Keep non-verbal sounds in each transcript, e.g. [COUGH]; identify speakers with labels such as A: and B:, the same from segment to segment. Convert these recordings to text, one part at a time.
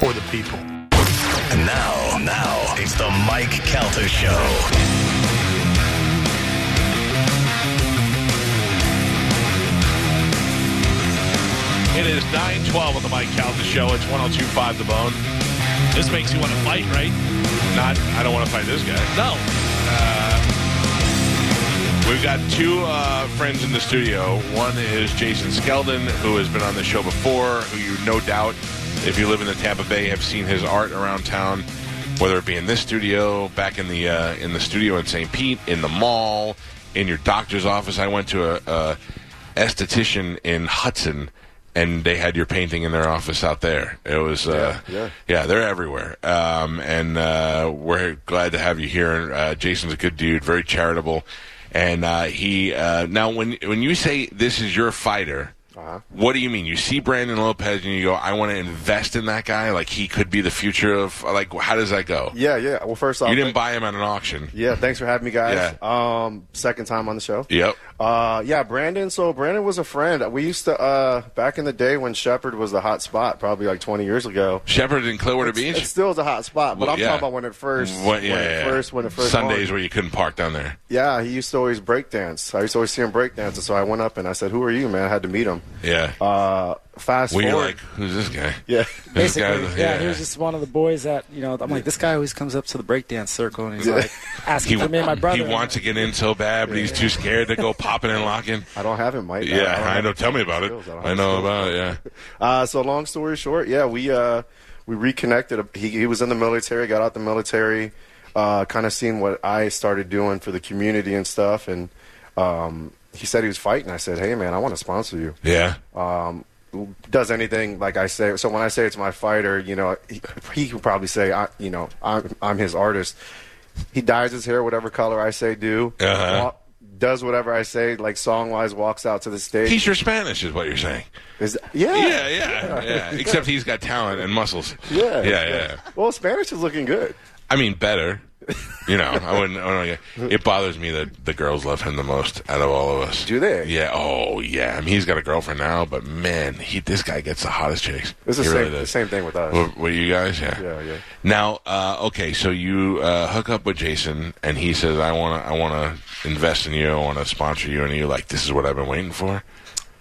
A: for the people.
B: Now, now, it's the Mike Calter Show.
C: It is 912 on the Mike Calvin Show. It's 1025 The Bone.
D: This makes you want to fight, right?
C: Not, I don't want to fight this guy. Uh,
D: No.
C: We've got two uh, friends in the studio. One is Jason Skeldon, who has been on the show before, who you no doubt, if you live in the Tampa Bay, have seen his art around town, whether it be in this studio, back in the uh, in the studio in St. Pete, in the mall, in your doctor's office. I went to a, a esthetician in Hudson. And they had your painting in their office out there. It was, uh,
E: Yeah, yeah.
C: Yeah, they're everywhere. Um, and uh, we're glad to have you here. Uh, Jason's a good dude, very charitable. And uh, he uh, now when when you say this is your fighter,
E: Uh-huh.
C: what do you mean? You see Brandon Lopez and you go, I want to invest in that guy. Like he could be the future of like how does that go?
E: Yeah, yeah. Well, first off,
C: You didn't
E: thank-
C: buy him at an auction.
E: yeah, thanks for having me, guys. Um, second time on the show.
C: Yep.
E: Uh, yeah, Brandon. So Brandon was a friend. We used to uh, back in the day when Shepherd was the hot spot, probably like 20 years ago.
C: Shepard in Clearwater Beach.
E: It still is a hot spot, but
C: Well,
E: I'm
C: yeah.
E: talking about when it first,
C: What- yeah,
E: when it
C: yeah, yeah.
E: first, when it first.
C: Sundays
E: launched.
C: where you couldn't park down there.
E: Yeah, he used to always breakdance. I used to always see him breakdance, and so I went up and I said, "Who are you, man?" I had to meet him.
C: Yeah.
E: Uh, fast
C: Were you
E: forward.
C: like, who's this guy?
E: [LAUGHS] yeah.
C: This
F: Basically,
C: guy-
F: yeah, he was just one of the boys that you know. I'm like, this guy always comes up to the breakdance circle and he's like
C: He,
F: asking for me and my
C: he
F: brother.
C: wants to get in so bad, but he's too scared to go popping and locking.
E: I don't have him, Mike.
C: Yeah,
E: don't
C: I,
E: have
C: know.
E: him.
C: Tell me about it.
E: Skills. don't have
C: I know
E: skills.
C: about it. Yeah,
E: Uh, so long story short, yeah, we uh, we reconnected. He, he was in the military, got out the military, uh, kind of seen what I started doing for the community and stuff, and um, he said he was fighting. I said, hey man, I want to sponsor you.
C: yeah.
E: Does anything like I say? So when I say it's my fighter, you know, he, he could probably say, I, you know, I'm I'm his artist. He dyes his hair whatever color I say do.
C: Uh-huh.
E: Wa- Does whatever I say, like song wise, walks out to the stage.
C: He's your Spanish, is what you're saying.
E: Is-
C: Yeah, yeah, yeah. Except he's got talent and muscles.
E: Yeah,
C: yeah, yeah.
E: Well, Spanish is looking good.
C: I mean, better. You know, I wouldn't. I wouldn't it bothers me that the girls love him the most out of all of us.
E: Do they?
C: Yeah. Oh, yeah. I mean, he's got a girlfriend now, but man, he this guy gets the hottest chicks.
E: It's the
C: He
E: same,
C: really does.
E: same thing with us.
C: Were, were you guys? Yeah.
E: Yeah, yeah.
C: Now, uh, okay, so you uh, hook up with Jason, and he says, "I want to, I want to invest in you. I want to sponsor you." And you're like, "This is what I've been waiting for."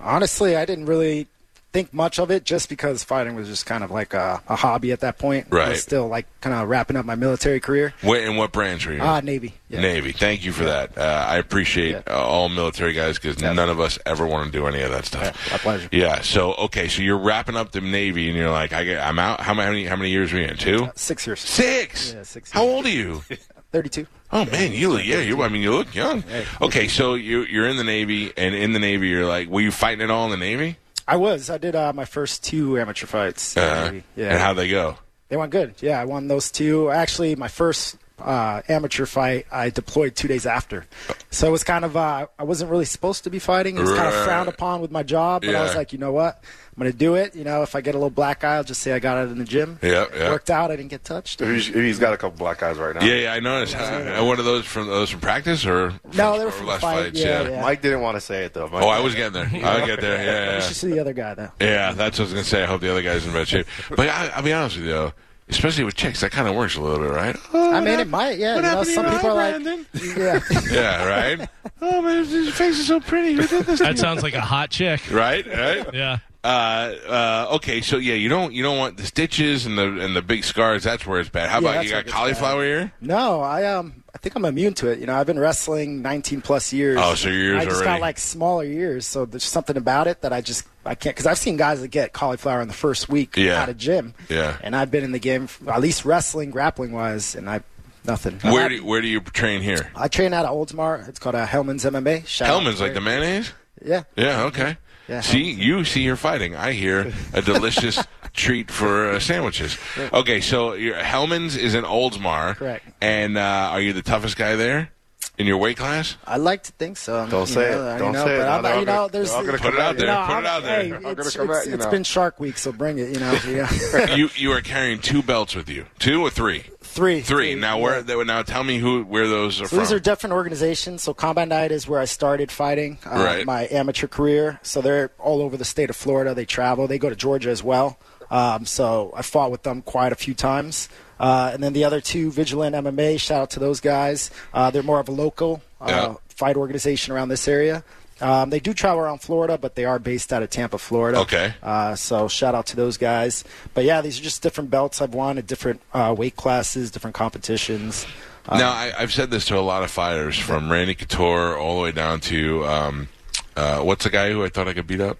F: Honestly, I didn't really think much of it just because fighting was just kind of like a, a hobby at that point. I
C: Right.
F: was still like kind of wrapping up my military career.
C: What and what branch were you? in?
F: Ah, Navy. Yeah.
C: Navy. Thank you for that. Uh, I appreciate
F: Yeah.
C: uh, all military guys because none of us ever want to do any of that stuff.
F: Yeah, my pleasure.
C: Yeah. So okay, so you're wrapping up the Navy, and you're like, I get, "I'm out." How many? How many years were you in? Two.
F: Six years.
C: Six.
F: Yeah, six
C: How
F: years.
C: old are
F: [LAUGHS]
C: you?
F: Thirty-two.
C: Oh man, you look yeah. You, I mean, you look young. Okay, so you you're in the Navy, and in the Navy, you're like, were you fighting at all in the Navy?
F: I was. I did uh, my first two amateur fights. in the
C: Uh-huh.
F: Navy. Yeah.
C: And how they go?
F: They went good. Yeah, I won those two. Actually, my first uh, amateur fight, I deployed two days after. So it was kind of, uh, I wasn't really supposed to be fighting. It was kind
C: Right.
F: of frowned upon with my job, but I was
C: Yeah.
F: like, you know what? I'm going to do it. You know, if I get a little black eye, I'll just say I got it in the gym.
C: Yeah,
F: It
C: yeah.
F: Worked out. I didn't get touched.
E: He's, he's got a couple black eyes right now.
C: Yeah, yeah, I noticed. Uh, What are those from? Those from practice or
F: No, they were
C: or
F: from
C: last
F: fight.
C: fights?
F: Yeah,
C: Yeah.
F: yeah.
E: Mike didn't want to say it though. Mike.
C: Oh, I was [LAUGHS] getting there. I would get there. Yeah, yeah,
F: You
C: yeah.
F: should see the other guy, though.
C: Yeah, that's what I was gonna say. I hope the other guy's in bad shape. But I, I'll be honest with you, though, especially with chicks, that kind of works a little bit, right? [LAUGHS]
F: I mean, it might. Yeah,
C: What
F: you know,
C: happened to
F: some
C: your
F: people
C: eye,
F: are like,
C: Brandon?
F: yeah.
C: Yeah, right. [LAUGHS] oh man, your face is so pretty. Who did this?
D: That sounds like a hot chick.
C: Right, right.
D: Yeah.
C: Uh, uh, okay, so yeah, you don't you don't want the stitches and the and the big scars. That's where it's bad. How
F: Yeah,
C: about
F: that's
C: you got
F: where it gets
C: cauliflower ear?
F: No, I um, I think I'm immune to it. You know, I've been wrestling 19 plus years.
C: Oh, so your ears
F: I just
C: already-
F: got like smaller ears, so there's something about it that I just I can't. Because I've seen guys that get cauliflower in the first week
C: Yeah.
F: out of gym.
C: Yeah.
F: and I've been in the game f- at least wrestling, grappling wise, and I nothing. I'm
C: Where
F: not-
C: do you- where do you train here?
F: I train out of Oldsmar. It's called uh, Hellman's MMA. Shout out
C: Hellman's
F: to
C: like the
F: Larry.
C: mayonnaise.
F: Yeah.
C: Yeah, okay.
F: Yeah, [LAUGHS]
C: see, you see, you're fighting. I hear a delicious treat for uh, sandwiches. Okay, so your Hellman's is in Oldsmar.
F: Correct.
C: And uh, are you the toughest guy there in your weight
F: [LAUGHS]
C: class?
F: I like to think so. I mean,
E: Don't
F: you
E: say
F: know,
E: it.
F: I
E: Don't
F: know,
E: say it.
F: but
E: Now
F: I'm,
E: they're all
F: you
E: gonna-
F: know, there's
E: they're all gonna
C: Put it out there.
F: No,
C: Put it
F: I'm-
C: out there.
F: hey,
C: I'm
E: gonna
F: it's-
E: come
F: it's-
E: at you
F: it's
E: now.
F: been Shark Week, so bring it.
C: [LAUGHS]
F: You know, yeah.
C: you you are carrying two belts with you, two or three?
F: three,
C: Three. Now where? They, now tell me who where those are
F: So
C: from.
F: these are different organizations. So Combat Night is where I started fighting uh,
C: Right.
F: my amateur career. So they're all over the state of Florida. They travel. They go to Georgia as well. Um, so I fought with them quite a few times. Uh, and then the other two, Vigilant MMA. Shout out to those guys. Uh, they're more of a local uh,
C: Yeah.
F: fight organization around this area. Um, they do travel around Florida, but they are based out of Tampa, Florida.
C: Okay.
F: Uh, so shout out to those guys. But yeah, these are just different belts I've won at different uh, weight classes, different competitions.
C: now I, I've said this to a lot of fighters, from Randy Couture all the way down to um, uh, what's the guy who I thought I could beat up?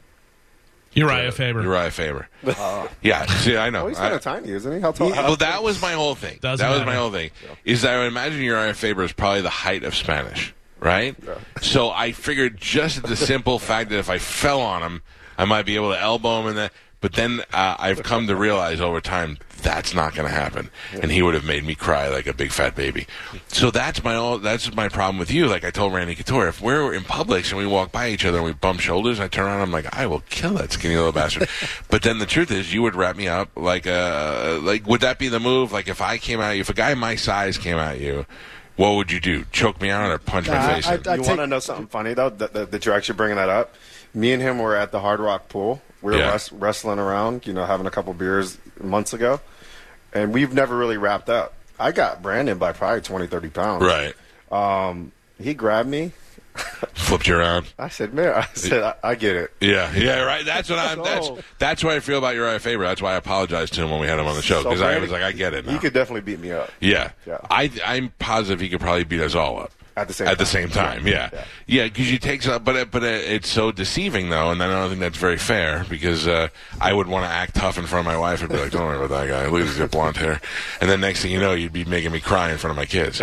D: Uriah Faber.
C: Uriah
E: [LAUGHS]
C: Faber. yeah, see, I know.
E: Oh, he's
C: I-
E: kind of tiny, isn't he? How tall?
C: Yeah, well, that was my whole thing.
D: Doesn't
C: that was
D: matter.
C: my whole thing. Is that I would imagine Uriah Faber is probably the height of Spanish, right? So I figured just the simple fact that if I fell on him, I might be able to elbow him and that. But then uh, I've come to realize over time that's not going to happen, and he would have made me cry like a big fat baby. So that's my all, that's my problem with you. Like I told Randy Couture, if we're in Publix and we walk by each other and we bump shoulders, and I turn around, I'm like, I will kill that skinny little bastard. but then the truth is, you would wrap me up like a like. Would that be the move? Like if I came at you, if a guy my size came at you, what would you do? Choke me out or punch
F: Nah,
C: my face? in?
F: I
E: you
F: take-
E: want to know something funny though that, that, that you're actually bringing that up? Me and him were at the Hard Rock pool. We were
C: Yeah.
E: wres- wrestling around, you know, having a couple beers months ago, and we've never really wrapped up. I got Brandon by probably 20, 30 pounds.
C: right.
E: He grabbed me.
C: Flipped you around.
E: I said, "Man, [LAUGHS] I said I, I get it."
C: Yeah, yeah, right. That's what I'm. That's
E: So-
C: that's what I feel about Uriah Faber. That's why I apologized to him when we had him on the show
E: So
C: because I
E: Brandon-
C: was like, I get it. Now.
E: He could definitely beat me up.
C: Yeah.
E: Yeah.
C: I, I'm positive he could probably beat us all up.
E: At the same
C: At the
E: time.
C: same time, yeah.
E: Yeah.
C: Yeah, because you take some, but, it, but it, it's so deceiving, though, and I don't think that's very fair because uh, I would want to act tough in front of my wife and be like, don't worry about that guy. Look at his blonde hair. And then next thing you know, you'd be making me cry in front of my kids.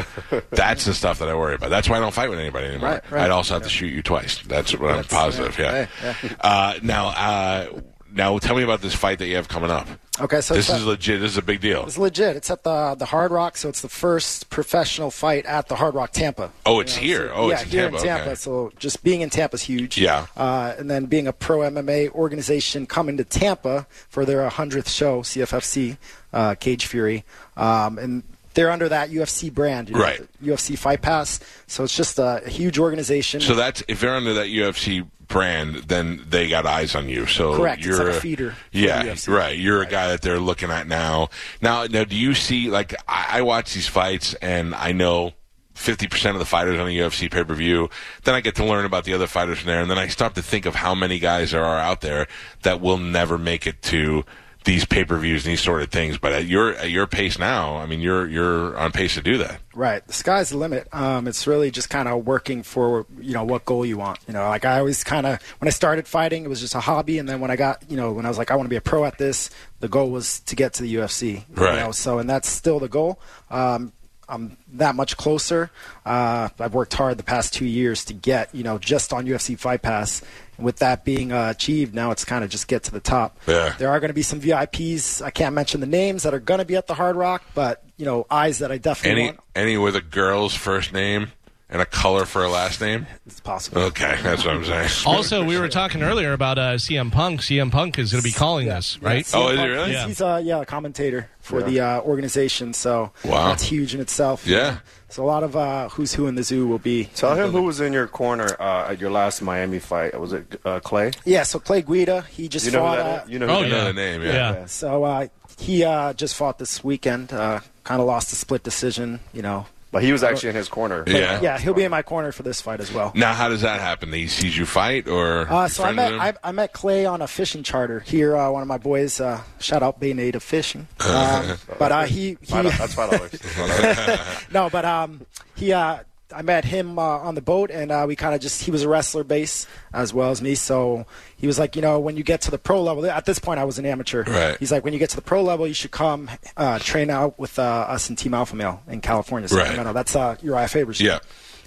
C: That's the stuff that I worry about. That's why I don't fight with anybody anymore.
F: Right, right.
C: I'd also have to shoot you twice. That's what I'm positive, yeah.
F: yeah,
C: Uh, now, uh, now, tell me about this fight that you have coming up.
F: Okay, so
C: This
F: it's,
C: is legit. This is a big deal.
F: it's legit. It's at the the Hard Rock, so it's the first professional fight at the Hard Rock Tampa.
C: Oh, it's here. oh,
F: yeah,
C: it's in
F: here
C: Tampa.
F: in Tampa.
C: Okay.
F: So just being in Tampa is huge.
C: Yeah.
F: Uh, and then being a pro MMA organization coming to Tampa for their 100th show, CFFC, uh, Cage Fury. Um, and they're under that UFC brand, you know,
C: Right.
F: the UFC Fight Pass. So it's just a huge organization.
C: So that's if they're under that UFC brand, then they got eyes on you. So
F: Correct. It's
C: You're
F: like a feeder for
C: Yeah,
F: the UFC.
C: right. You're a guy that they're looking at now. Now, now, do you see? Like, I, I watch these fights, and I know. 50% of the fighters on the UFC pay per view. Then I get to learn about the other fighters from there. And then I start to think of how many guys there are out there that will never make it to these pay per views and these sort of things. But at your, at your pace now, I mean, you're, you're on pace to do that.
F: Right. The sky's the limit. Um, it's really just kind of working for, you know, what goal you want. You know, like I always kind of, when I started fighting, it was just a hobby. And then when I got, you know, when I was like, I want to be a pro at this, the goal was to get to the UFC. you
C: Right.
F: know, so, and that's still the goal. Um, I'm that much closer. Uh, I've worked hard the past two years to get, you know, just on UFC Fight Pass. And with that being uh, achieved, now it's kind of just get to the top.
C: Yeah.
F: There are going to be some VIPs. I can't mention the names that are going to be at the Hard Rock, but, you know, eyes that I definitely
C: Any
F: want.
C: any with a girl's first name and a color for a last name?
F: It's possible.
C: Okay, that's what I'm saying.
D: Also, we were talking earlier about uh, CM Punk. CM Punk is going to be calling this, right?
C: Oh, is he really?
F: He's,
D: Yeah.
F: he's uh, yeah, a commentator for the uh, organization, so
C: Wow.
F: that's huge in itself.
C: Yeah.
F: So a lot of uh, who's who in the zoo will be.
E: Tell him who was in your corner uh, at your last Miami fight. Was it uh, Clay?
F: Yeah, so Clay Guida, he just
E: You know who
F: fought.
E: that
F: uh,
E: is? You know who
D: Oh,
E: that
D: yeah.
C: the name, yeah.
E: yeah.
F: So uh, he uh, just fought this weekend. Uh, kind of lost a split decision, you know.
E: But he was actually in his corner.
C: Yeah.
F: Yeah, he'll be in my corner for this fight as well.
C: Now, how does that happen? He sees you fight, or
F: Uh,
C: you
F: so I
C: friended
F: met
C: him?
F: I, I met Clay on a fishing charter here. Uh, one of my boys, uh, shout out Bay Native Fishing, um, but uh, he he
E: Five- That's five [LAUGHS] dollars. That's five dollars.
F: [LAUGHS] no, but um, he uh, I met him uh, on the boat, and uh, we kind of just he was a wrestler base as well as me, so he was like, you know, when you get to the pro level, at this point I was an amateur.
C: Right.
F: He's like, when you get to the pro level, you should come uh, train out with uh, us in Team Alpha Male in California, Sacramento. That's uh, Uriah Faber's.
C: Yeah.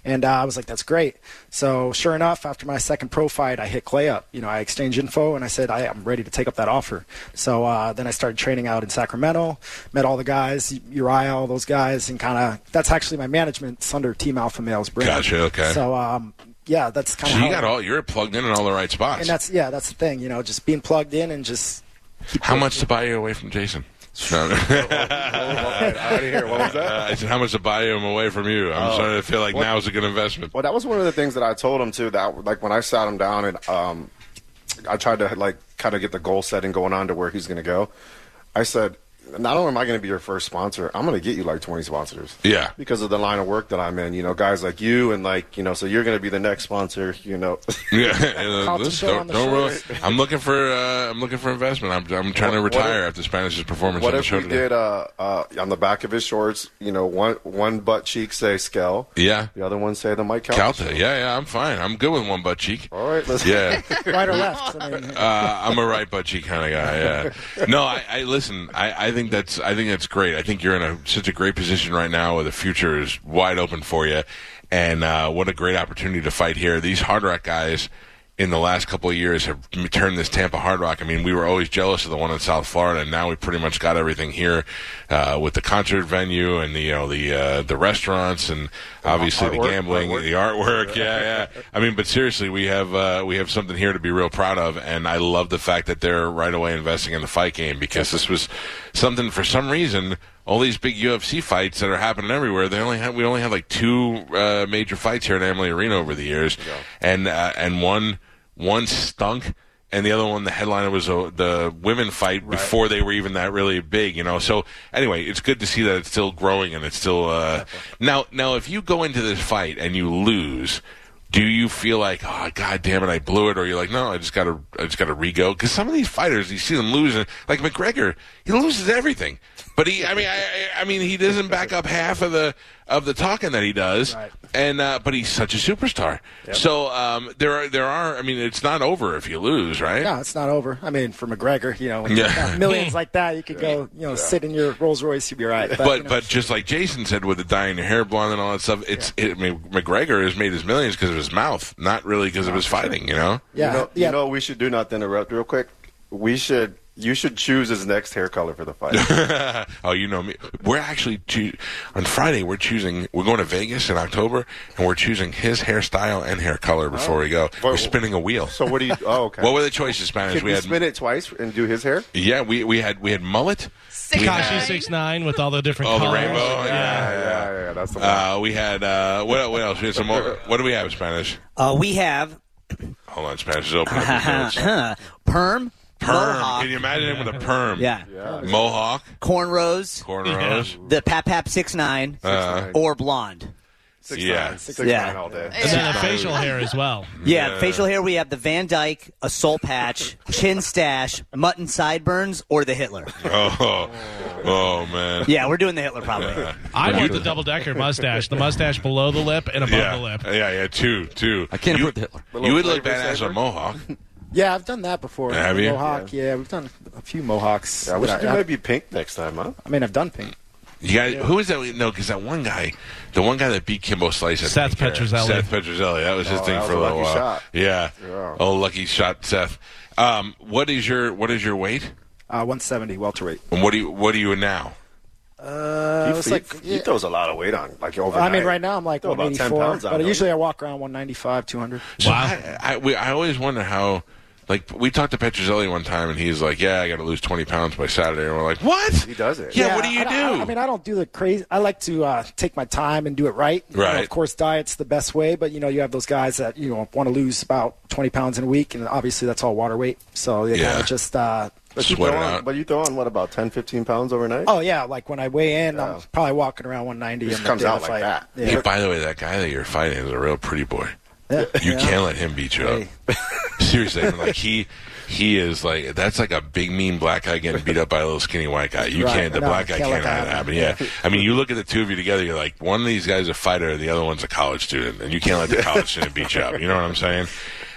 F: And uh, I was like, that's great. So sure enough, after my second pro fight, I hit Clay up. You know, I exchanged info and I said, I, I'm ready to take up that offer. So uh, then I started training out in Sacramento, met all the guys, Uriah, all those guys, and kind of that's actually my management's under Team Alpha Male's brand.
C: Gotcha, okay.
F: So um, yeah, that's kind
C: So
F: of
C: you got all you're plugged in in all the right spots.
F: and that's yeah, that's the thing. You know, just being plugged in and just
C: How much to buy you away from Jason? No, no.
F: [LAUGHS]
C: [LAUGHS]
E: I didn't hear. What was that?
C: Uh, I said, how much to buy him away from you? I'm
F: Oh.
C: starting to feel like now is a good investment.
E: Well, that was one of the things that I told him too. That like when I sat him down and um, I tried to like kind of get the goal setting going on to where he's going to go. I said, not only am I going to be your first sponsor, I'm going to get you like 20 sponsors.
F: [LAUGHS]
C: Yeah. [LAUGHS]
E: because of the line of work that I'm in. You know, guys like you and like you know, so you're going to be the next sponsor. You know,
C: Yeah, and, uh,
F: Call to
C: this-
F: show
C: don't,
F: on the
C: don't really-
F: shirt.
C: I'm looking for uh, I'm looking for investment. I'm, I'm trying to
E: What- what
C: retire
E: if-
C: after Spanish's performance
E: [LAUGHS] what
C: on the
E: if
C: show
E: we
C: today.
E: did uh, uh, on the back of his shorts? You know, one one butt cheek say Skell,
C: yeah,
E: the other one say the Mike Calta.
C: Calta. Yeah, yeah, I'm fine. I'm good with one butt cheek.
F: Oh.
E: All right, let's
F: [LAUGHS]
C: Yeah.
F: right or left. I mean, [LAUGHS]
C: uh, I'm a right butt cheek kind of guy. Yeah. No, I, I listen. I, I think that's I think that's great. I think you're in a, such a great position right now, where the future is wide open for you, and uh, what a great opportunity to fight here. These Hard Rock guys. In the last couple of years, have turned this Tampa Hard Rock. I mean, we were always jealous of the one in South Florida, and now we pretty much got everything here uh, with the concert venue and the you know the uh, the restaurants and obviously the
E: artwork,
C: gambling,
E: artwork.
C: the artwork. [LAUGHS] Yeah, yeah. I mean, but seriously, we have uh, we have something here to be real proud of, and I love the fact that they're right away investing in the fight game because this was something for some reason. All these big UFC fights that are happening everywhere. They only had we only had like two uh, major fights here at Amalie Arena over the years, and uh, and one one stunk and the other one, the headliner was uh, the women fight before they were even that really big, you know. So anyway, it's good to see that it's still growing and it's still uh, now. Now, if you go into this fight and you lose, do you feel like, oh god damn it, I blew it, or you're like, no, I just gotta, I just gotta rego? Because some of these fighters, you see them losing, like McGregor, he loses everything, but he, I mean, I, I- I mean, he doesn't back up half of the of the talking that he does
F: Right.
C: and uh, but he's such a superstar. So um, there are there are. I mean, it's not over if you lose, right?
F: no, it's not over. I mean, for McGregor, you know, when
C: Yeah.
F: you
C: [LAUGHS]
F: got millions like that, you could go, you know, sit in your Rolls Royce, you'd be all right. But,
C: But
F: you know,
C: but just like Jason said, with the dyeing your hair blonde and all that stuff, it's it, I mean, McGregor has made his millions because of his mouth, not really because of his fighting. You know?
F: yeah,
E: You know,
F: yeah.
E: you know what we should do not to interrupt real quick. We should you should choose his next hair color for
C: [LAUGHS]
E: the fight.
C: [LAUGHS] oh, you know me. We're actually choo- on Friday. We're choosing. We're going to Vegas in October, and we're choosing his hairstyle and hair color before we go. we're spinning a wheel.
E: Oh. so what do you Oh, okay.
C: what were the choices, Spanish?
E: Should we, spin it twice and do his hair?
C: Yeah, we, we had we had mullet.
A: Six
C: we
A: nine.
C: had-
D: Kashi six nine with all the
C: Oh,
D: different
C: the
D: colors.
C: rainbow. yeah.
E: Yeah, yeah, yeah, that's the one.
C: Uh, we had uh, what, what else? We had some more. What do we have in Spanish?
G: Uh, we have uh,
C: Hold on, Spanish is open. Up his notes. perm.
G: perm, mohawk,
C: Can you imagine him with a perm?
G: yeah,
C: Mohawk,
G: cornrows,
C: cornrows.
G: the papap six nine, or blonde.
E: Six
C: yeah.
E: nine, six
G: Yeah.
E: nine all day.
D: And then the facial hair
C: [LAUGHS]
D: as well.
G: Yeah, facial hair. We have the Van Dyke, a soul patch, chin stash, mutton sideburns, or the Hitler.
C: [LAUGHS] Oh, oh man.
G: Yeah, we're doing the Hitler probably.
D: I want the double decker mustache, the mustache below the lip and above
C: Yeah,
D: the lip.
C: yeah, yeah, two, two.
H: I can't
C: you,
H: afford the Hitler.
C: You would look
E: Little
C: bad as a
E: flavor
C: mohawk.
F: yeah, I've done that before.
C: Have you?
F: Mohawk, yeah. we've done a few Mohawks.
E: Yeah, we should
F: that
E: do
F: I,
E: maybe pink next time, huh?
F: I mean, I've done pink.
C: You guys, who is that? we- No, because that one guy, the one guy that beat Kimbo Slice, I
D: Seth
C: think, uh,
D: Petruzzelli.
C: Seth Petruzzelli, that was his
E: Oh,
C: thing
E: that
C: for a
E: was a
C: little
E: lucky
C: while.
E: shot.
C: Yeah.
E: Yeah.
C: Oh, lucky shot, Seth. Um, what is your what is your weight?
F: Uh, 170 welterweight.
C: And what do you what are you now?
F: Uh,
E: he,
F: it's
E: he-
F: like,
E: he throws a lot of weight on, like overnight.
F: I mean, right now I'm like
E: Throw about 10
F: 184,
E: pounds on,
F: but
E: don't
F: usually I walk around 195, 200.
C: So I, I, we, I always wonder how. Like we talked to Petrozelli one time, and he's like, "Yeah, I got to lose twenty pounds by Saturday." And we're like, "What?
E: He does it.
C: Yeah, what do you
F: I,
C: do?"
F: I, I mean, I don't do the crazy. I like to uh, take my time and do it right. You know,
C: Right.
F: of course, diet's the best way, but you know, you have those guys that you know want to lose about 20 pounds in a week, and obviously that's all water weight. So they
C: Yeah.
F: kind of just. Uh,
E: But you,
C: Sweat
E: throw
C: it
E: on,
C: out.
E: but you throw on what about 10, 15 pounds overnight?
F: oh yeah, like when I weigh in, I'm probably walking around 190.
E: Just
F: and
E: comes out like
F: fight.
E: that.
F: Yeah.
C: Hey, by the way, that guy that you're fighting is a real pretty boy.
F: Yeah.
C: You
F: Yeah.
C: can't let him beat you up. [LAUGHS] Seriously, I mean, like he he is like that's like a big mean black guy getting beat up by a little skinny white guy. You
F: Right.
C: can't. The
F: No,
C: black guy
F: can't
C: can't
F: let that
C: have that happen.
F: happen.
C: Yeah, I mean, you look at the two of you together. You're like one of these guys is a fighter, the other one's a college student, and you can't let the college student beat you up. You know what I'm saying?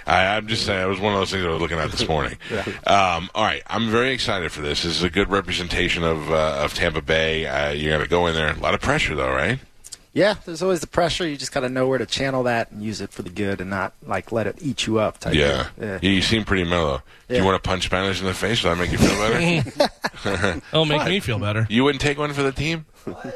C: I, I'm just saying it was one of those things I was looking at this morning. Um, all right, I'm very excited for this. This is a good representation of uh, of Tampa Bay. Uh, you're going to go in there. A lot of pressure though, right?
F: Yeah, there's always the pressure. You just got to know where to channel that and use it for the good, and not like let it eat you up. Type
C: Yeah.
F: thing.
C: You, you seem pretty mellow. Do
F: Yeah.
C: you want to punch Spanish in the face? Will that make you feel better?
D: It'll make me feel better.
C: you wouldn't take one for the team?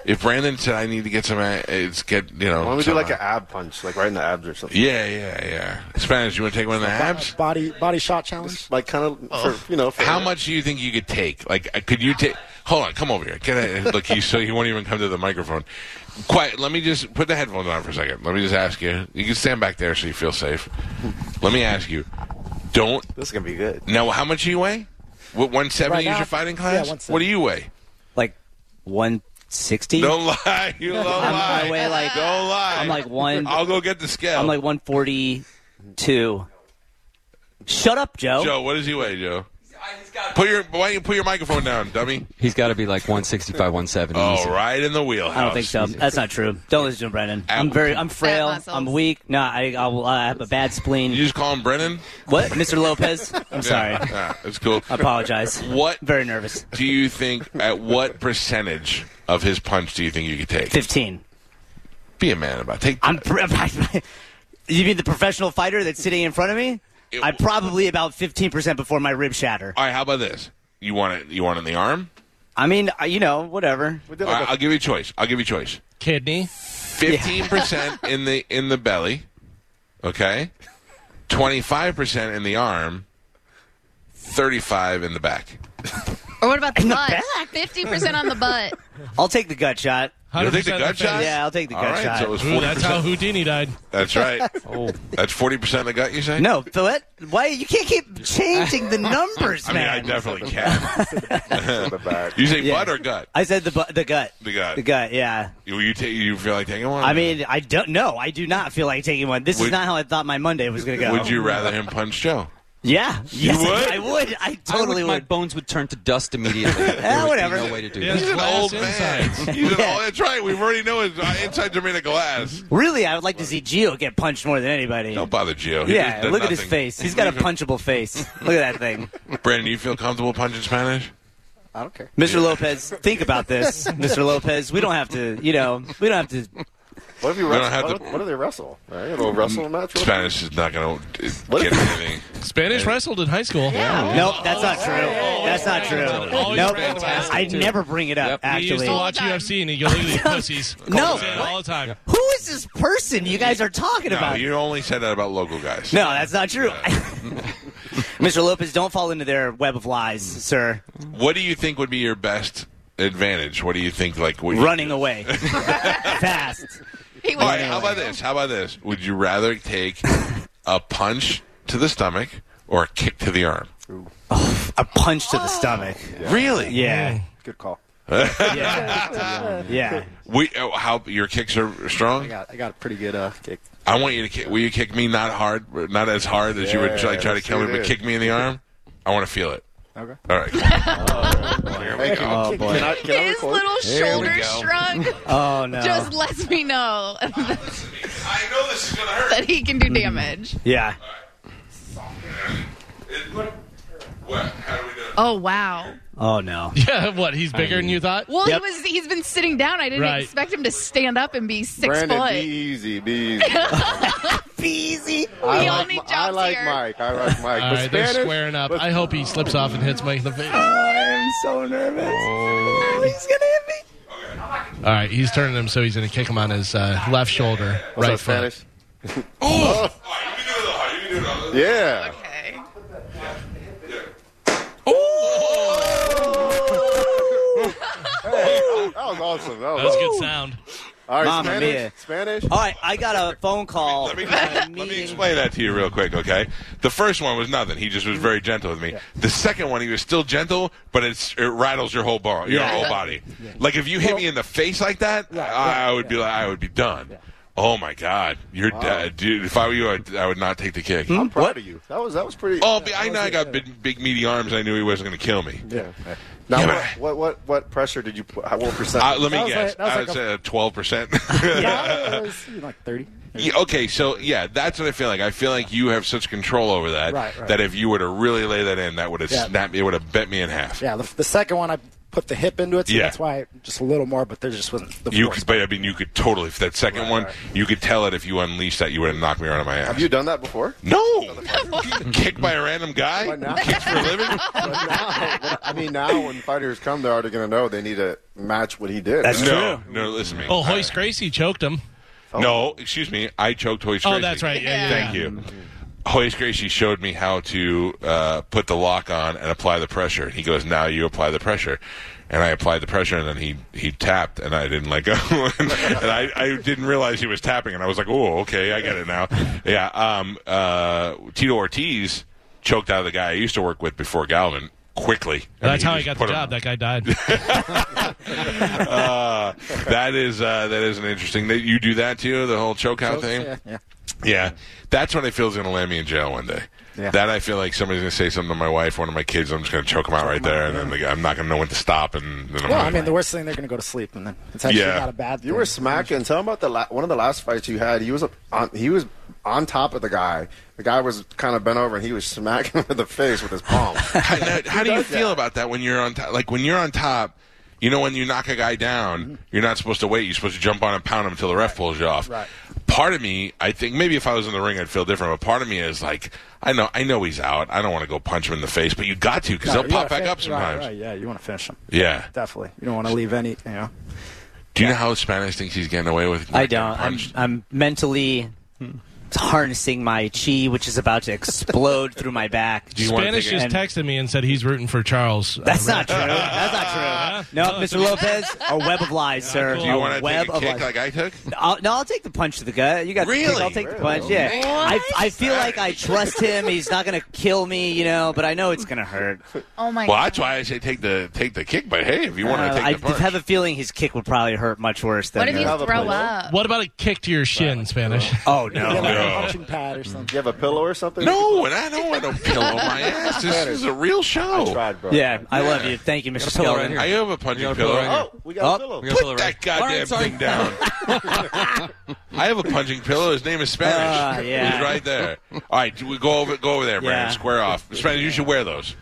C: If Brandon said, I need to get some, a- it's get, you know.
E: Why don't we do
C: some,
E: like
C: uh,
E: an ab punch, like right in the abs or something?
C: Yeah, yeah, yeah. Spanish, you want to take one of the abs?
F: Uh, Body body shot challenge.
E: Like kind of, for, you know. For
C: Oh. How much do you think you could take? Like, uh, could you take? Hold on, come over here. Can I, look, you so you won't even come to the microphone. Quiet. Let me just put the headphones on for a second. Let me just ask you. You can stand back there so you feel safe. Let me ask you. Don't
E: This is gonna be good.
C: now. How much do you weigh? What one seventy is
F: Right now?
C: your fighting
F: Yeah,
C: class?
F: 170.
C: what do you weigh?
G: Like 160?
C: Don't lie. You don't lie.
G: I weigh like-
C: don't lie.
G: I'm like one-
C: I'll go get the scale.
G: I'm like 142. Shut up, Joe.
C: Joe. What does he weigh, Joe? Put your why don't you put your microphone down,
G: [LAUGHS]
C: dummy?
A: He's got to be like 165, 170.
C: Oh, right in the wheelhouse.
G: I don't think so. That's not true. Don't listen to him, Brendan. I'm
C: Oh, Ow.
G: very, I'm frail.
H: muscles.
G: I'm weak. No, I, I, will- I have a bad spleen.
C: You just call him Brennan.
G: What, Mr. Lopez? I'm [LAUGHS] sorry.
C: Yeah,
G: [LAUGHS] I
C: yeah, it's cool.
G: apologize.
C: What
G: Very nervous.
C: [LAUGHS] do you think? At what percentage of his punch do you think you could take?
G: Fifteen.
C: Be a man about. it. Take.
G: I'm. [LAUGHS] Pr- you mean the professional fighter that's sitting in front of me?
C: It-
G: I'm probably about fifteen percent before my rib shatter.
C: All right. How about this? You want it? You want it in the arm?
G: I mean, I- you know, whatever.
E: We did
C: All
E: like
C: right, I'll give you a choice. I'll give you a choice.
D: Kidney.
C: Fifteen percent in the in the belly. Okay. Twenty five percent in the arm. Thirty five in the back.
H: Or what about the
G: the
H: butt? Fifty percent on the butt.
G: I'll take the gut shot.
C: You'll take the
D: 100%
C: gut
D: defense.
C: shot.
G: Yeah, I'll take the
C: All
G: gut
C: right,
G: shot.
C: So it was
D: Ooh,
C: 40%.
D: that's how Houdini died.
C: [LAUGHS] That's right. That's forty percent of the gut. You say?
G: Oh. No, but what? Why you can't keep changing the numbers,
C: [LAUGHS] I mean,
G: man?
C: I
G: [LAUGHS]
C: definitely can.
E: the back.
C: You say
G: Yeah.
C: butt or gut?
G: I said the bu- the gut.
C: The gut.
G: The gut. Yeah.
C: You, you take. You feel like taking one?
G: I mean, I don't. No, I do not feel like taking one. This
C: Would-
G: is not how I thought my Monday was going to go.
C: Would you rather him punch Joe?
G: Yeah. Yes, I-
C: would?
G: I would. I totally
A: My
G: would.
A: bones would turn to dust immediately. There would be
G: whatever.
A: no way to do
D: Yeah.
A: that.
C: He's an
D: Glass
C: old man.
D: insides.
C: He's an
G: [LAUGHS] Yeah.
C: old, that's right. We've already know his uh, insides are made of
G: [LAUGHS]
C: glass.
G: Really, I would like to see Gio get punched more than anybody.
C: Don't bother Gio. He
G: yeah,
C: just did
G: look at his
C: nothing.
G: face. He's got a punchable face. Look at that thing.
C: [LAUGHS] Brandon, do you feel comfortable punching Spanish?
F: I don't care.
G: Mr. Lopez, think about this. Mr. Lopez, we don't have to, you know, we don't have to.
E: What if you
C: don't
E: wrestle?
C: have
E: what,
C: to-
E: what do they wrestle? Right, a little wrestle Oh,
G: Um,
E: match.
C: Spanish is not going to
E: What
C: get
E: if-
C: anything.
D: Spanish wrestled in high school.
H: Yeah.
G: Nope, that's not true. That's not true.
D: Always
G: Nope.
D: fantastic,
G: I never bring it up,
A: Yep.
D: He used
G: actually.
D: to watch
H: All the time.
D: UFC and he'd go, look at
H: [LAUGHS]
D: these pussies.
G: No.
D: Calls it All the time.
G: Who is this person you guys are talking
C: No,
G: about?
C: you only said that about local guys.
G: No, that's not true. [LAUGHS] Mr. Lopez, don't fall into their web of lies,
C: Mm.
G: sir.
C: What do you think would be your best advantage? What do you think? Like would you-
G: Running
C: [LAUGHS]
G: away. Fast.
H: He
C: All
H: was
C: right, Oh, how about this? How about this? Would you rather
G: [LAUGHS]
C: take a punch to the stomach or a kick to the arm?
G: A punch to the stomach.
C: Really?
G: Yeah.
F: Good call.
C: [LAUGHS]
G: Yeah.
C: We oh, how your kicks are
G: Oh
C: strong.
F: I got I got a pretty good uh kick.
C: I want you to kick. Will you kick me not hard, not as hard as you would
E: Yeah,
C: like try to
E: let's
C: kill me,
E: do
C: but
E: this.
C: kick me in the arm? I want to feel it.
F: Okay.
C: All right.
G: Oh, boy.
E: I, can I
H: his
E: record?
H: little shoulder
C: go.
H: shrug
G: [LAUGHS] Oh, no.
H: just lets me know [LAUGHS]
C: I know this is gonna hurt.
H: that he can
G: Hmm.
H: do damage.
G: Yeah.
C: What? How do we do?
H: Oh wow.
G: Oh no.
D: [LAUGHS] Yeah, what? He's bigger than you thought?
H: Well,
G: Yep.
H: he was he's been sitting down. I didn't
D: Right.
H: expect him to stand up and be six
E: Brandon,
H: foot.
E: be easy, be
H: [LAUGHS]
E: easy.
G: Easy.
E: I
H: We all
E: like,
H: need
E: Mi- I
H: jobs
E: like
H: here.
E: Mike. I like Mike.
D: All
E: but
D: right,
E: Spanish,
D: they're squaring up.
E: but-
D: I hope he slips off and hits Mike in the face.
G: Oh, I'm so nervous. Oh, he's gonna hit me.
D: All right, he's turning him, so he's going to kick him on his uh, left shoulder,
E: What's
D: right
E: up,
D: foot.
E: Spanish?
C: You can do it all.
E: Yeah. [LAUGHS]
H: okay.
E: That was awesome. That was,
D: That was
E: awesome.
D: good sound.
E: All right,
G: Mamma
E: Spanish.
G: mia. Um,
E: Spanish.
G: All right, I got a phone call.
C: Let me, [LAUGHS] let me explain that to you real quick, okay? The first one was nothing. He just was very gentle with me. The second one, he was still gentle, but it's, it rattles your whole ball, your
G: Yeah.
C: whole body. Like if you hit me in the face like that, I, I would be like, I would be done. Oh my God, you're dead, dude. If I were you, I'd, I would not take the
F: Hmm?
C: kick.
E: I'm proud of you. That was that was pretty.
C: Oh, but I know I got big, big meaty arms. I knew he wasn't going to kill me.
E: Yeah. Now,
C: Yeah,
E: what, what what what pressure did you put? how- What percent?
C: Uh, let me
F: That was
C: guess.
F: like- that was
C: I
F: like
C: would
F: a-
C: say twelve percent.
F: [LAUGHS] Yeah, [LAUGHS] it was, you know, like thirty.
C: Yeah, okay, so yeah, that's what I feel like. I feel like you have such control over that
F: Right, right.
C: that if you were to really lay that in, that would have
F: Yeah.
C: snapped me. It would have bent me in half.
F: Yeah, the, the second one I put the hip into it. So
C: Yeah.
F: that's why just a little more, but there just wasn't the
C: You
F: force.
C: could, but I mean, you could totally. If that second one, you could tell it if you unleashed that, you would have knocked me right on my ass.
E: Have you done that
D: [LAUGHS]
E: before? [LAUGHS]
C: no, kicked by a random guy,
E: Why not?
C: kicked for a
E: [LAUGHS]
C: living.
E: But now, but, I mean, now when fighters come, they're already going to know they need to match what he did.
I: That's-
C: No, no, listen to me.
D: Oh, Hoist Gracie choked him.
C: No, excuse me. I choked Hoist
D: Oh,
C: Gracie.
D: that's right. Yeah, yeah,
C: Thank you. Hoist Gracie showed me how to uh, put the lock on and apply the pressure. He goes, "Now you apply the pressure." And I applied the pressure, and then he, he tapped, and I didn't let go. [LAUGHS] and I, I didn't realize he was tapping, and I was like, oh, okay, I get it now. Yeah, um, uh, Tito Ortiz choked out of the guy I used to work with before Galvin quickly. I
D: That's
C: mean,
D: how I
C: just
D: got the
C: put him-
D: job. That guy died.
C: [LAUGHS] uh, that is uh, that is an interesting. That you do that too, the whole choke out thing.
F: yeah, yeah.
C: Yeah, that's when I feel is going to land me in jail one day.
F: Yeah.
C: That I feel like somebody's going to say something to my wife, one of my kids. I'm just going to choke them out right there, and then like, I'm not going to know when to stop. And then I'm
F: Well,
C: gonna-
F: I mean, the worst thing they're going to go to sleep, and then it's actually
C: Yeah.
F: not a bad. Thing.
E: You were smacking. Tell him about the la- one of the last fights you had. He was up on, he was on top of the guy. The guy was kind of bent over, and he was smacking [LAUGHS] him in the face with his palm.
C: how, now,
F: [LAUGHS]
C: how do you
E: does
C: feel
E: that?
C: about that when you're on top? Like when you're on top, you know, when you knock a guy
F: Mm-hmm.
C: down, you're not supposed to wait. You're supposed to jump on and pound him until the ref pulls you off.
F: Right.
C: Part of me, I think maybe if I was in the ring, I'd feel different. But part of me is like, I know, I know he's out. I don't want to go punch him in the face, but you got to because
F: No,
C: they'll
F: you
C: pop
F: gotta
C: back
F: fin-
C: up sometimes.
F: Right, right, yeah, you want to finish them.
C: Yeah.
F: Definitely, you don't want to leave any. You know,
C: Do you know how Spanish thinks he's getting away with?
G: I
C: getting
G: don't. I'm,
C: punched?
G: I'm mentally harnessing my chi, which is about
C: [LAUGHS]
G: to explode through my back.
C: Do you wanna
D: Spanish
C: take a-
D: just texted me and said he's rooting for Charles. uh,
G: That's
D: right
G: not true.
C: [LAUGHS]
G: That's not true.
D: Oh,
G: No, Mr. Lopez, a web of lies, sir.
D: cool.
C: Do you
D: A
C: want to
G: web
C: take a
G: of
C: kick
G: lies.
C: like I
G: [LAUGHS]
C: took?
G: I'll, no, I'll take the punch to the gut. You got the kick,
C: Really?
G: I'll take the punch. Yeah, I, I feel like I trust him. He's not gonna kill me, you know, but I know it's gonna hurt.
H: Oh my
C: Well,
H: god.
C: that's [LAUGHS] why I say take the take the kick. But hey, if you want
G: Uh,
C: to
G: I
C: take the punch,
G: have a feeling his kick would probably hurt much worse than.
H: What if you
G: uh,
E: have a
H: throw
E: pillow?
H: up?
D: What about a kick to your shin, Spanish?
G: oh
F: yeah,
G: no!
F: like
C: no. Mm-hmm.
F: a punching pad or something.
E: you have a pillow or something?
C: no, and I don't want to pillow my
G: [LAUGHS]
C: ass. This is a real show.
E: I tried, bro.
G: Yeah, I love you. Thank you, Mr.
A: a pillow
G: Skelton.
A: right here.
C: I have a punching
A: got a
C: pillow.
A: pillow right here.
E: Oh, we got
G: Oh.
E: a pillow.
A: We got a
C: Put
A: pillow
C: that
A: right
C: goddamn
A: All right, sorry.
C: thing down. [LAUGHS] I have a punching pillow. His name is Spanish.
G: Ah,
C: [LAUGHS]
G: yeah.
C: He's right there. All right, do we go over go over there, Brandon.
G: Yeah.
C: Square off. Spanish, you should wear those.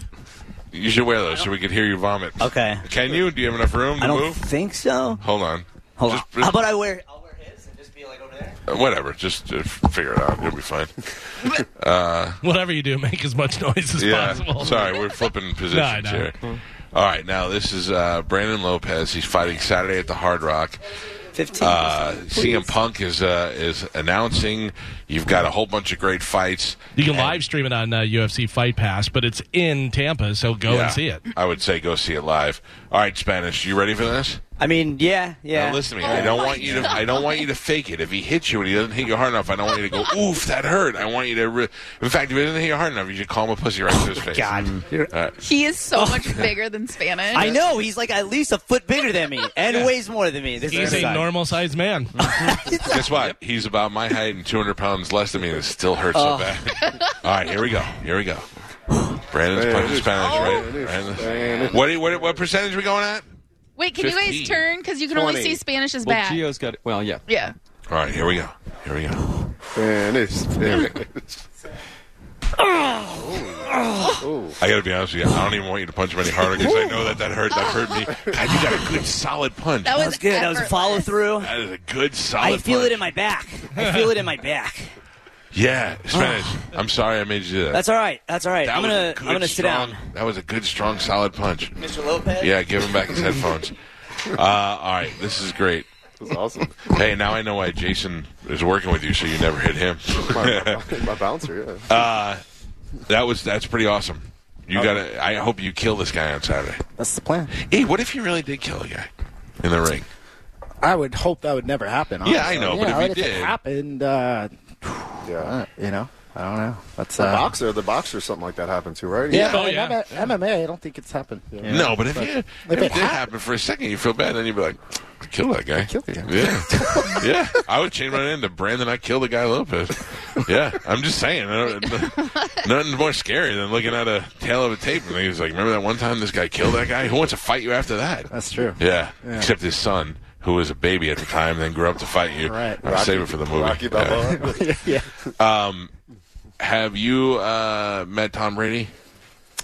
C: You should wear those so we could hear you vomit.
G: Okay.
C: Can you? Do you have enough room to
G: I don't
C: move?
G: think so.
C: Hold on.
G: Hold
C: Just-
G: on. How about I wear? I'll wear his and just be like over there.
C: Uh, whatever. Just uh, f- figure it out. You'll be fine.
D: [LAUGHS] Whatever you do, make as much noise as
C: Yeah.
D: possible.
C: Sorry, we're flipping positions
D: [LAUGHS] No, I know.
C: here. All right, now this is uh, Brandon Lopez. He's fighting Saturday at the Hard Rock.
G: Fifteen.
C: Uh, CM Punk is uh, is announcing. You've got a whole bunch of great fights.
D: You can live stream it on uh, UFC Fight Pass, but it's in Tampa, so go
C: Yeah.
D: and see it.
C: I would say go see it live. All right, Spanish, you ready for this?
G: I mean, yeah, yeah. Oh
C: Now listen to me. I don't want you to. I don't want you to fake it. If he hits you and he doesn't hit you hard enough, I don't want you to go. Oof, that hurt. I want you to. Re- In fact, if he doesn't hit you hard enough, you should call him a pussy right to his face.
G: Oh God.
C: uh,
H: He is so much bigger than Spanish.
G: I know he's like at least a foot bigger
C: [LAUGHS]
G: than me and weighs more than me. This
D: He's
G: is
D: a
G: insane.
D: normal sized man.
C: Guess what? He's about my height and 200 pounds less than me, and it still hurts so bad. All right, here we go. Here we go. Brandon's punching Spanish, right? Brandon's- What, do you- what, what percentage we going at?
H: Wait, can you
C: 15.
H: guys turn? Because you can only
E: 20.
H: see Spanish's
A: Well,
H: back.
A: Gio's got it. Well, yeah.
H: yeah.
C: All right, here we go. Here we go.
E: Man, it's-
C: I got to be honest with you. I don't even want you to punch him any harder because I know that that hurt. That hurt me. God, you got a good, solid punch.
H: That was,
G: That was good. That was a
H: effortless.
G: follow through.
C: That is a good, solid
G: I feel
C: Uh, punch.
G: it in my back.
C: [LAUGHS]
G: I feel it in my back.
C: Yeah, Spanish. I'm sorry I made you do that.
G: That's all right. That's all right.
C: That
G: I'm
C: was a
G: gonna
C: good,
G: I'm gonna sit
C: strong-
G: down.
C: That was a good, strong, solid punch.
G: Mr. Lopez.
C: Yeah, give him back his
G: [LAUGHS]
C: headphones. Uh, all right, this is great.
E: This is awesome.
C: Hey, now I know why Jason is working with you, so you never hit him. [LAUGHS]
E: My, my bouncer, yeah.
C: that was that's pretty awesome. You gotta. I hope you kill this guy on Saturday.
F: That's the plan.
C: Hey, what if you really did kill a guy in the ring?
F: I would hope that would never happen. Honestly.
C: Yeah, I know, but if
F: I
C: you
F: would-
C: did-
F: it happened, uh,
E: yeah.
F: uh, you know, I don't know. That's
E: The
F: uh,
E: boxer, the boxer, something like that happened to, right?
F: Yeah,
D: Oh,
F: but in
D: yeah.
F: M- MMA. I don't think it's happened. Yeah.
C: No, but if, you, if, it
F: it
C: did
F: hap-
C: happen for a second, you feel bad, then you'd be like, kill that guy.
F: killed the guy.
C: [LAUGHS] Yeah, yeah. I would change my name to Brandon. I killed the guy Lopez. Yeah, I'm just saying. I don't- nothing more scary than looking at a tail of a tape and he's like, remember that one time this guy killed that guy? Who wants to fight you after that?
F: That's true.
C: Yeah, except his son, who was a baby at the time, then grew up to fight you.
F: Right.
C: I'll save it for the movie.
E: Rocky
C: Yeah.
E: Balboa.
F: [LAUGHS] yeah.
C: Have you uh, met Tom Brady?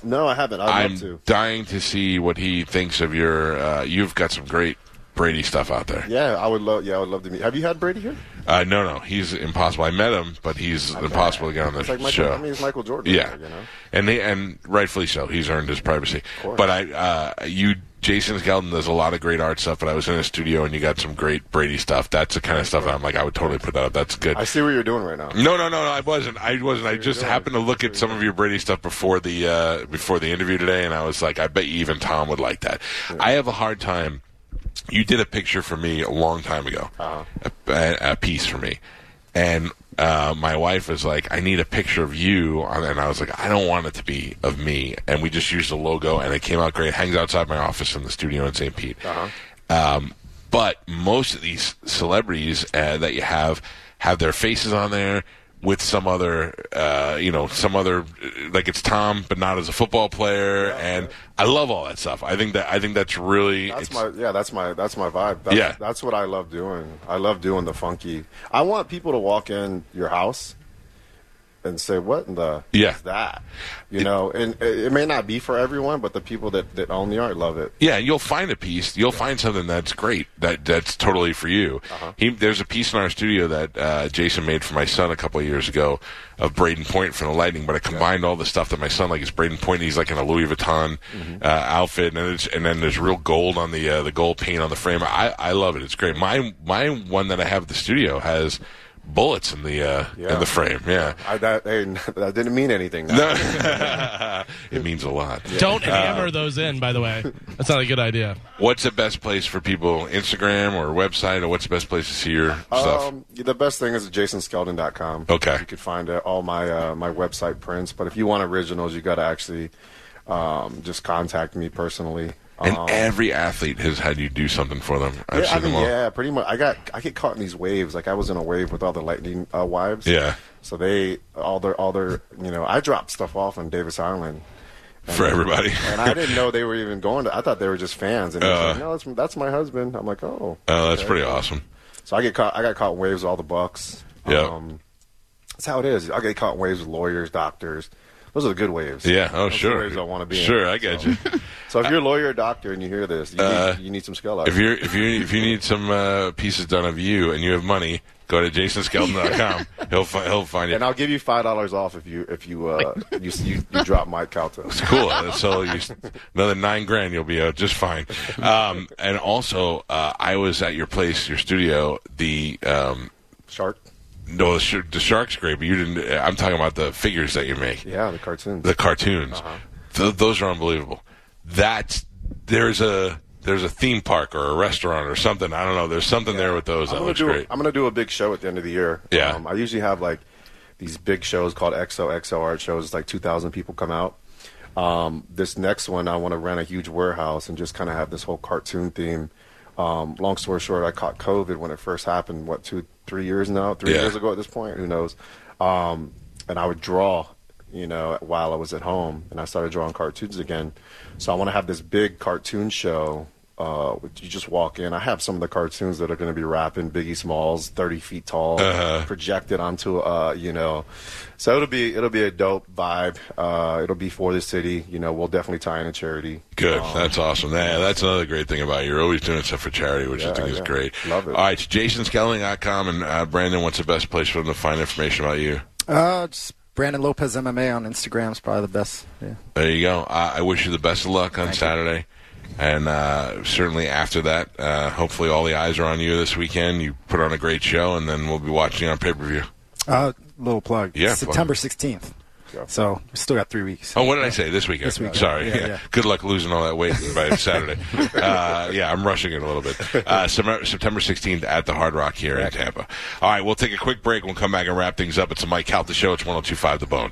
E: No, I haven't. I'd
C: I'm
E: love to.
C: dying to see what he thinks of your. Uh, you've got some great Brady stuff out there.
E: Yeah, I would love. Yeah, I would love to meet. Have you had Brady here?
C: Uh, no, no, he's impossible. I met him, but he's impossible to get on the
E: It's like Michael.
C: show.
E: I mean, it's Michael Jordan.
C: yeah,
E: you know.
C: and they, and rightfully so. He's earned his privacy.
E: course.
C: But I, uh, you, Jason Skelton, does a lot of great art stuff. But I was in his studio, and you got some great Brady stuff. That's the kind of stuff that I'm like, I would totally put that up. That's good.
E: I see what you're doing right now.
C: No, no, no, no. I wasn't. I wasn't. I just happened to look at some of your Brady stuff before the uh, before the interview today, and I was like, I bet you even Tom would like that. I have a hard time. You did a picture for me a long time ago, a, a- a piece for me, and uh, my wife was like, "I need a picture of you," on, and I was like, "I don't want it to be of me." And we just used the logo, and it came out great. It hangs outside my office in the studio in St. Pete. Um, but most of these celebrities uh, that you have have their faces on there with some other, uh, you know, some other, like it's Tom, but not as a football player. and I love all that stuff. I think that I think that's really.
E: That's
C: it's-
E: my yeah. That's my that's my vibe. That's,
C: Yeah.
E: that's what I love doing. I love doing the funky. I want people to walk in your house and say, "What in the
C: Yeah.
E: is that?" You know, and it, it may not be for everyone, but the people that that own the art love it.
C: Yeah, you'll find a piece. You'll find something that's great. That that's totally for you. He, there's a piece in our studio that uh, Jason made for my son a couple of years ago of Braden Point from the Lightning, but I combined all the stuff that my son like is Braden Point. He's like in a Louis Vuitton uh, outfit, and then it's, and then there's real gold on the uh, the gold paint on the frame. I, I love it. It's great. My my one that I have at the studio has bullets in the uh,
E: Yeah.
C: in the frame. Yeah. [LAUGHS]
E: I that hey, [LAUGHS] that didn't mean anything.
C: it means a lot.
D: Don't hammer those in, by the way. That's not a good idea.
C: What's the best place for people? Instagram or website, or what's the best place to see your stuff?
E: Um, the best thing is jasonskeldon.com.
C: Okay.
E: You could find uh, all my uh, my website prints, but if you want originals, you got to actually um, just contact me personally.
C: and
E: um,
C: every athlete has had you do something for them. I've
E: yeah,
C: seen
E: I mean,
C: them all.
E: yeah, pretty much. I got I get caught in these waves. Like I was in a wave with all the lightning uh, wives.
C: Yeah.
E: So they all their all their you know I dropped stuff off on Davis Island. And-
C: For everybody.
E: and I didn't know they were even going to. I thought they were just fans. And it was
C: Uh.
E: like, no, that's that's my husband. I'm like, oh.
C: [LAUGHS] Oh, that's pretty awesome.
E: So I get caught. I got caught in waves with all the bucks. Um,
C: Yeah.
E: that's how it is. I get caught in waves with lawyers, doctors. Those are the good waves.
C: Yeah. Oh,
E: Those are The
C: sure.
E: waves I want to be in.
C: Sure, I got you. [LAUGHS]
E: So if you're a lawyer, or doctor, and you hear this, you, need, you need some skill. out
C: if you if you if you need some uh, pieces done of you and you have money, go to
E: [LAUGHS]
C: jasonskelton.com. he'll fi- he'll find it.
E: And I'll give you five dollars off if you if you uh, you, you you drop Mike Calta.
C: It's cool. That's all you, another nine grand, you'll be out just
E: [LAUGHS]
C: fine. Um, and also, uh, I was at your place, your studio, the um,
E: Shark.
C: No, the, sh- the shark's great, but you didn't. I'm talking about the figures that you make,
E: Yeah, Uh-huh. the cartoons.
C: the cartoons. Th- those are unbelievable. That's there's a there's a theme park or a restaurant or something. I don't know. There's something there with those
E: I'm
C: that
E: gonna
C: looks
E: do.
C: great.
E: A, I'm gonna do a big show at the end of the year.
C: Yeah.
E: Um, I usually have like these big shows called XOXO art shows. It's like 2,000 people come out. Um, this next one, I want to rent a huge warehouse and just kind of have this whole cartoon theme. Um, long story short, I caught COVID when it first happened. What two, three years now? Three
C: Yeah.
E: years ago at this point. Who knows? Um, and I would draw, you know, while I was at home, and I started drawing cartoons again. So I want to have this big cartoon show. Uh, which you just walk in. I have some of the cartoons that are going to be rapping Biggie Smalls, thirty feet tall, projected onto, uh, you know. So it'll be it'll be a dope vibe. Uh, it'll be for the city. You know, we'll definitely tie in a charity.
C: Good. that's awesome. Yeah, that's another great thing about you. You're always doing stuff for charity, which I think is
E: yeah.
C: great.
E: Love it.
C: All right, it's jasonskelling.com. And uh, Brandon, what's the best place for them to find information about you?
F: Uh, just Brandon Lopez MMA on Instagram is probably the best. Yeah.
C: There you go. I, I wish you the best of luck on Saturday. And uh, certainly after that, uh, hopefully all the eyes are on you this weekend. You put on a great show, and then we'll be watching you on pay per view.
F: Uh, little plug.
C: Yeah, plug.
F: September 16th. So we still got three weeks.
C: Oh, what did I say? This weekend.
F: This weekend.
C: Sorry. [LAUGHS]
F: Yeah, yeah.
C: Good luck losing all that weight
F: [LAUGHS]
C: by Saturday. Uh, yeah, I'm rushing it a little bit. Uh, Sem- September 16th at the Hard Rock here in Tampa. All right, we'll take a quick break. We'll come back and wrap things up. It's the Mike Calta Show. It's 1025 The Bone.